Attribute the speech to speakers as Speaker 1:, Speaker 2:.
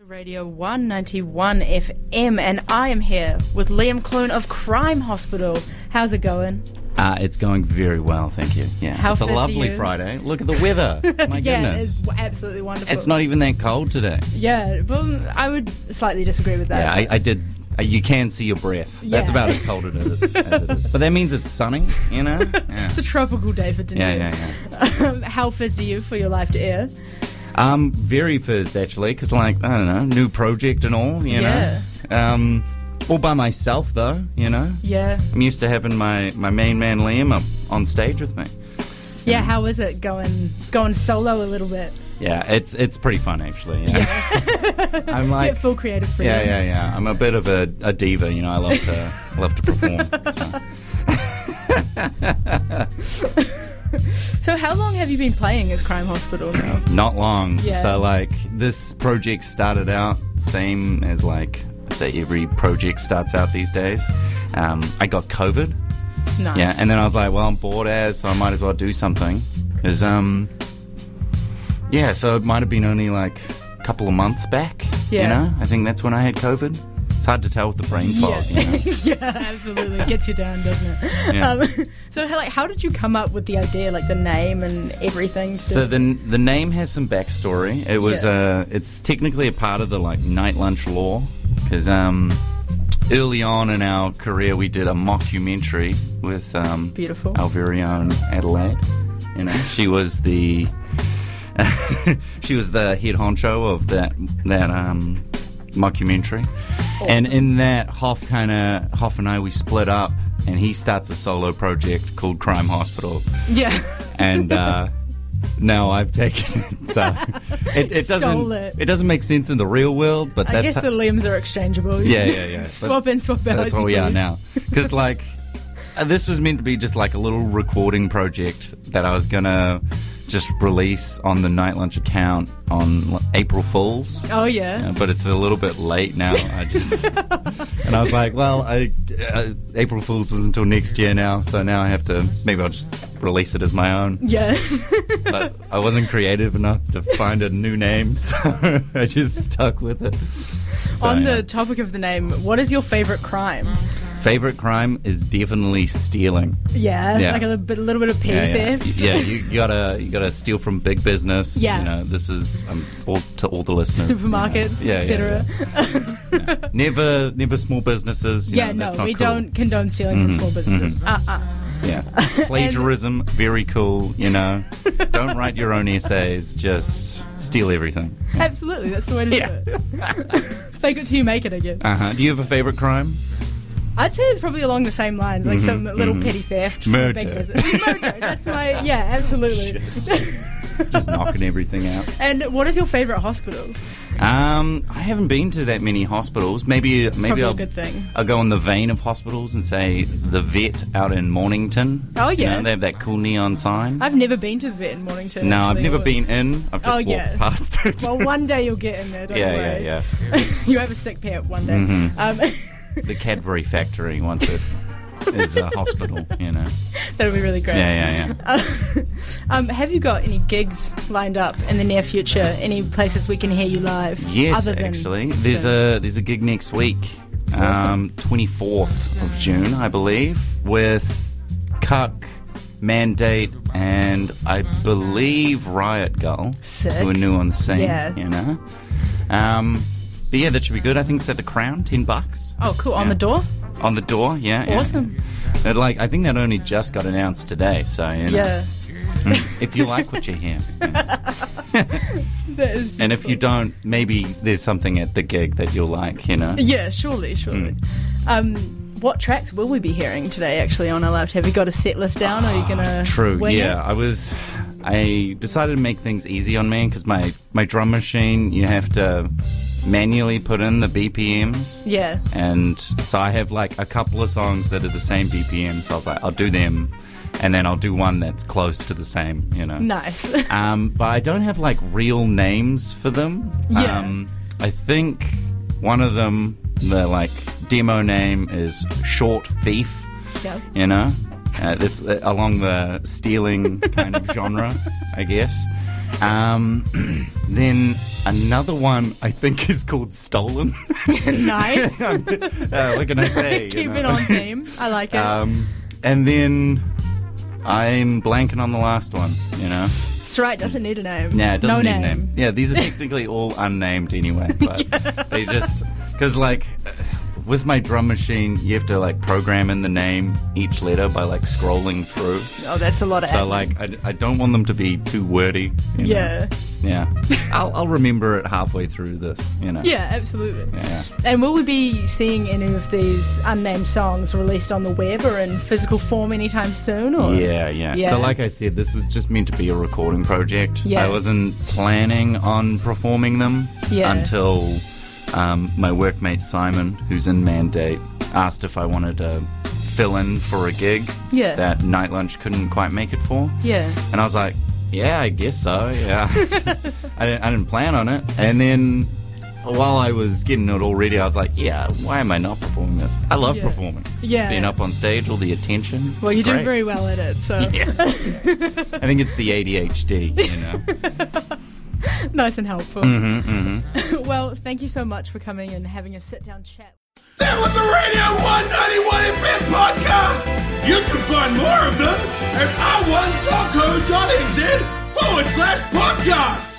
Speaker 1: Radio 191 FM, and I am here with Liam Clune of Crime Hospital. How's it going?
Speaker 2: Uh, it's going very well, thank you. Yeah,
Speaker 1: How
Speaker 2: it's a
Speaker 1: fit are
Speaker 2: lovely
Speaker 1: you?
Speaker 2: Friday. Look at the weather. My
Speaker 1: Yeah,
Speaker 2: goodness,
Speaker 1: it's w- absolutely wonderful.
Speaker 2: it's not even that cold today.
Speaker 1: Yeah, well, I would slightly disagree with that.
Speaker 2: Yeah, I, I did. Uh, you can see your breath. That's
Speaker 1: Yeah.
Speaker 2: about as cold as it is. As it is. But that means it's sunny, you know. Yeah,
Speaker 1: it's a tropical day for Dunedin.
Speaker 2: yeah, yeah. yeah.
Speaker 1: Um, how fizz are you for your life to air?
Speaker 2: Um, very first actually, because like I don't know, new project and all, you
Speaker 1: Yeah.
Speaker 2: know. Um, all by myself though, you know.
Speaker 1: Yeah.
Speaker 2: I'm used to having my my main man Liam up on stage with me.
Speaker 1: Yeah, how is it going going solo a little bit?
Speaker 2: Yeah, it's it's pretty fun actually. Yeah. I'm like
Speaker 1: Get full creative freedom.
Speaker 2: Yeah, yeah, yeah. I'm a bit of a, a diva, you know. I love to I love to perform. so.
Speaker 1: So, how long have you been playing as Crime Hospital now?
Speaker 2: Not long.
Speaker 1: Yeah.
Speaker 2: So like this project started out same as like I'd say every project starts out these days. Um, I got COVID.
Speaker 1: nice.
Speaker 2: Yeah, and then I was like, well, I'm bored as, so I might as well do something. Is um, yeah. So it might have been only like a couple of months back.
Speaker 1: Yeah.
Speaker 2: You know, I think that's when I had COVID. It's hard to tell with the brain fog.
Speaker 1: Yeah.
Speaker 2: You know?
Speaker 1: yeah, absolutely. It gets you down, doesn't it?
Speaker 2: Yeah.
Speaker 1: Um, so, how, like, how did you come up with the idea, like the name and everything?
Speaker 2: So the the name has some backstory. It was
Speaker 1: Yeah.
Speaker 2: uh, it's technically a part of the like night lunch law because um, early on in our career we did a mockumentary with um,
Speaker 1: Beautiful.
Speaker 2: our very own Adelaide. You know, she was the she was the head honcho of that that um, mockumentary, and in that Hoff kind of Hoff and I we split up, and he starts a solo project called Crime Hospital
Speaker 1: yeah.
Speaker 2: and uh, now I've taken it. So it, it
Speaker 1: Stole
Speaker 2: doesn't
Speaker 1: it.
Speaker 2: it. doesn't make sense in the real world, but
Speaker 1: I
Speaker 2: that's
Speaker 1: guess the limbs are exchangeable.
Speaker 2: Yeah, yeah, yeah.
Speaker 1: swap in, swap out.
Speaker 2: that's
Speaker 1: as
Speaker 2: what
Speaker 1: you
Speaker 2: we are
Speaker 1: please.
Speaker 2: now. Because like uh, this was meant to be just like a little recording project that I was gonna just release on the Night Lunch account on like, April Fools.
Speaker 1: Oh yeah.
Speaker 2: Yeah, but it's a little bit late now. I just and I was like, well, I, uh, April Fools is until next year now, so now I have to maybe I'll just release it as my own.
Speaker 1: Yeah.
Speaker 2: but I wasn't creative enough to find a new name, so I just stuck with it. So,
Speaker 1: On the
Speaker 2: yeah.
Speaker 1: topic of the name, what is your favorite crime?
Speaker 2: favorite crime is definitely stealing.
Speaker 1: Yeah,
Speaker 2: Yeah.
Speaker 1: like a little bit, little bit of pee
Speaker 2: yeah,
Speaker 1: theft.
Speaker 2: yeah. you you gotta you gotta steal from big business.
Speaker 1: Yeah.
Speaker 2: you know this is um, all to all the listeners. you know.
Speaker 1: Supermarkets,
Speaker 2: Yeah, yeah,
Speaker 1: etc.
Speaker 2: yeah. Never never small businesses. you
Speaker 1: Yeah,
Speaker 2: know, that's
Speaker 1: no,
Speaker 2: not
Speaker 1: we
Speaker 2: cool. Mm-hmm.
Speaker 1: don't condone stealing from small businesses. Uh-uh.
Speaker 2: Yeah, plagiarism, very cool. You know, don't write your own essays. Just steal everything.
Speaker 1: Absolutely, that's the way to do
Speaker 2: Yeah.
Speaker 1: it. Fake it till you make it, I guess.
Speaker 2: Uh huh. Do you have a favorite crime?
Speaker 1: I'd say it's probably along the same lines, like some
Speaker 2: Mm-hmm.
Speaker 1: little petty theft, from
Speaker 2: Murder.
Speaker 1: big business. Murder. That's my yeah, absolutely.
Speaker 2: Just knocking everything out.
Speaker 1: and what is your favorite hospital?
Speaker 2: Um, I haven't been to that many hospitals. Maybe maybe
Speaker 1: probably a
Speaker 2: I'll,
Speaker 1: good thing.
Speaker 2: I'll go in the vein of hospitals and say the vet out in Mornington.
Speaker 1: Oh, yeah.
Speaker 2: you know, they have that cool neon sign.
Speaker 1: I've never been to the vet in Mornington.
Speaker 2: no, I've
Speaker 1: actually,
Speaker 2: never
Speaker 1: or-
Speaker 2: been in. I've just
Speaker 1: Oh,
Speaker 2: walked
Speaker 1: yeah.
Speaker 2: past it.
Speaker 1: Well, one day you'll get in there. Don't
Speaker 2: yeah, yeah,
Speaker 1: worry.
Speaker 2: yeah. Mm-hmm.
Speaker 1: you have a sick pet one day. Um,
Speaker 2: The Cadbury factory once it is a hospital. You know.
Speaker 1: that'll be really great.
Speaker 2: Yeah, yeah, yeah.
Speaker 1: Um, have you got any gigs lined up in the near future? Any places we can hear you live?
Speaker 2: Yes,
Speaker 1: other than
Speaker 2: actually, there's a there's a gig next week,
Speaker 1: Awesome.
Speaker 2: um, 24th of June, I believe, with Cuck, Mandate, and I believe Riot Gull,
Speaker 1: Sick.
Speaker 2: who are new on the scene.
Speaker 1: Yeah.
Speaker 2: you know. Um, but yeah, that should be good. I think it's at the Crown, ten bucks
Speaker 1: Oh, cool! On
Speaker 2: Yeah.
Speaker 1: the door.
Speaker 2: on the door. Yeah, yeah.
Speaker 1: Awesome.
Speaker 2: And, like I think that only just got announced today, so you know,
Speaker 1: Yeah,
Speaker 2: if you like what you hear,
Speaker 1: that is.
Speaker 2: and if you don't, maybe there's something at the gig that you'll like. You know.
Speaker 1: Yeah, surely, surely.
Speaker 2: Hmm.
Speaker 1: Um, what tracks will we be hearing today? Actually, on our left, have you got a set list down? are you gonna?
Speaker 2: Ah, True.
Speaker 1: wing
Speaker 2: yeah,
Speaker 1: it?
Speaker 2: I was. I decided to make things easy on me because my my drum machine, you have to manually put in the BPMs.
Speaker 1: Yeah.
Speaker 2: And so I have like a couple of songs that are the same BPM. So I was like, I'll do them, and then I'll do one that's close to the same. You know.
Speaker 1: Nice.
Speaker 2: Um, but I don't have like real names for them.
Speaker 1: Yeah.
Speaker 2: Um, I think one of them, the like demo name is Short Thief
Speaker 1: yeah.
Speaker 2: you know, uh, it's uh, along the stealing kind of genre, I guess. Um, then another one I think is called Stolen.
Speaker 1: nice.
Speaker 2: uh, what can I say? you
Speaker 1: Keep it
Speaker 2: know?
Speaker 1: on theme. I like it.
Speaker 2: Um, and then I'm blanking on the last one. You know,
Speaker 1: That's right. Doesn't need a name.
Speaker 2: yeah, it doesn't
Speaker 1: no
Speaker 2: need a
Speaker 1: name.
Speaker 2: name. Yeah, these are technically all unnamed anyway, but they just because like with my drum machine, you have to like program in the name each letter by like scrolling through.
Speaker 1: Oh, that's a lot of.
Speaker 2: So
Speaker 1: admin.
Speaker 2: like I, I don't want them to be too wordy. you know?
Speaker 1: Yeah.
Speaker 2: Yeah. I'll, I'll remember it halfway through this, you know.
Speaker 1: Yeah, absolutely.
Speaker 2: Yeah.
Speaker 1: And will we be seeing any of these unnamed songs released on the web or in physical form anytime soon? Or?
Speaker 2: Yeah, yeah,
Speaker 1: Yeah.
Speaker 2: So, like I said, this was just meant to be a recording project.
Speaker 1: Yeah.
Speaker 2: I wasn't planning on performing them
Speaker 1: Yeah.
Speaker 2: until um, my workmate Simon, who's in Mandate, asked if I wanted to fill in for a gig
Speaker 1: Yeah.
Speaker 2: that Night Lunch couldn't quite make it for.
Speaker 1: Yeah.
Speaker 2: And I was like, yeah, I guess so. Yeah. I, didn't, I didn't plan on it. And then while I was getting it all ready, I was like, yeah, why am I not performing this? I love
Speaker 1: Yeah.
Speaker 2: performing.
Speaker 1: Yeah.
Speaker 2: Being up on stage, all the attention.
Speaker 1: Well,
Speaker 2: it's
Speaker 1: you're doing
Speaker 2: great.
Speaker 1: very well at it, so
Speaker 2: Yeah. I think it's the ADHD, you know.
Speaker 1: nice and helpful.
Speaker 2: Mm-hmm,
Speaker 1: well, thank you so much for coming and having a sit down chat.
Speaker 3: That was the Radio 191 FM podcast. You can find more of them at r1.co.nz forward slash podcast.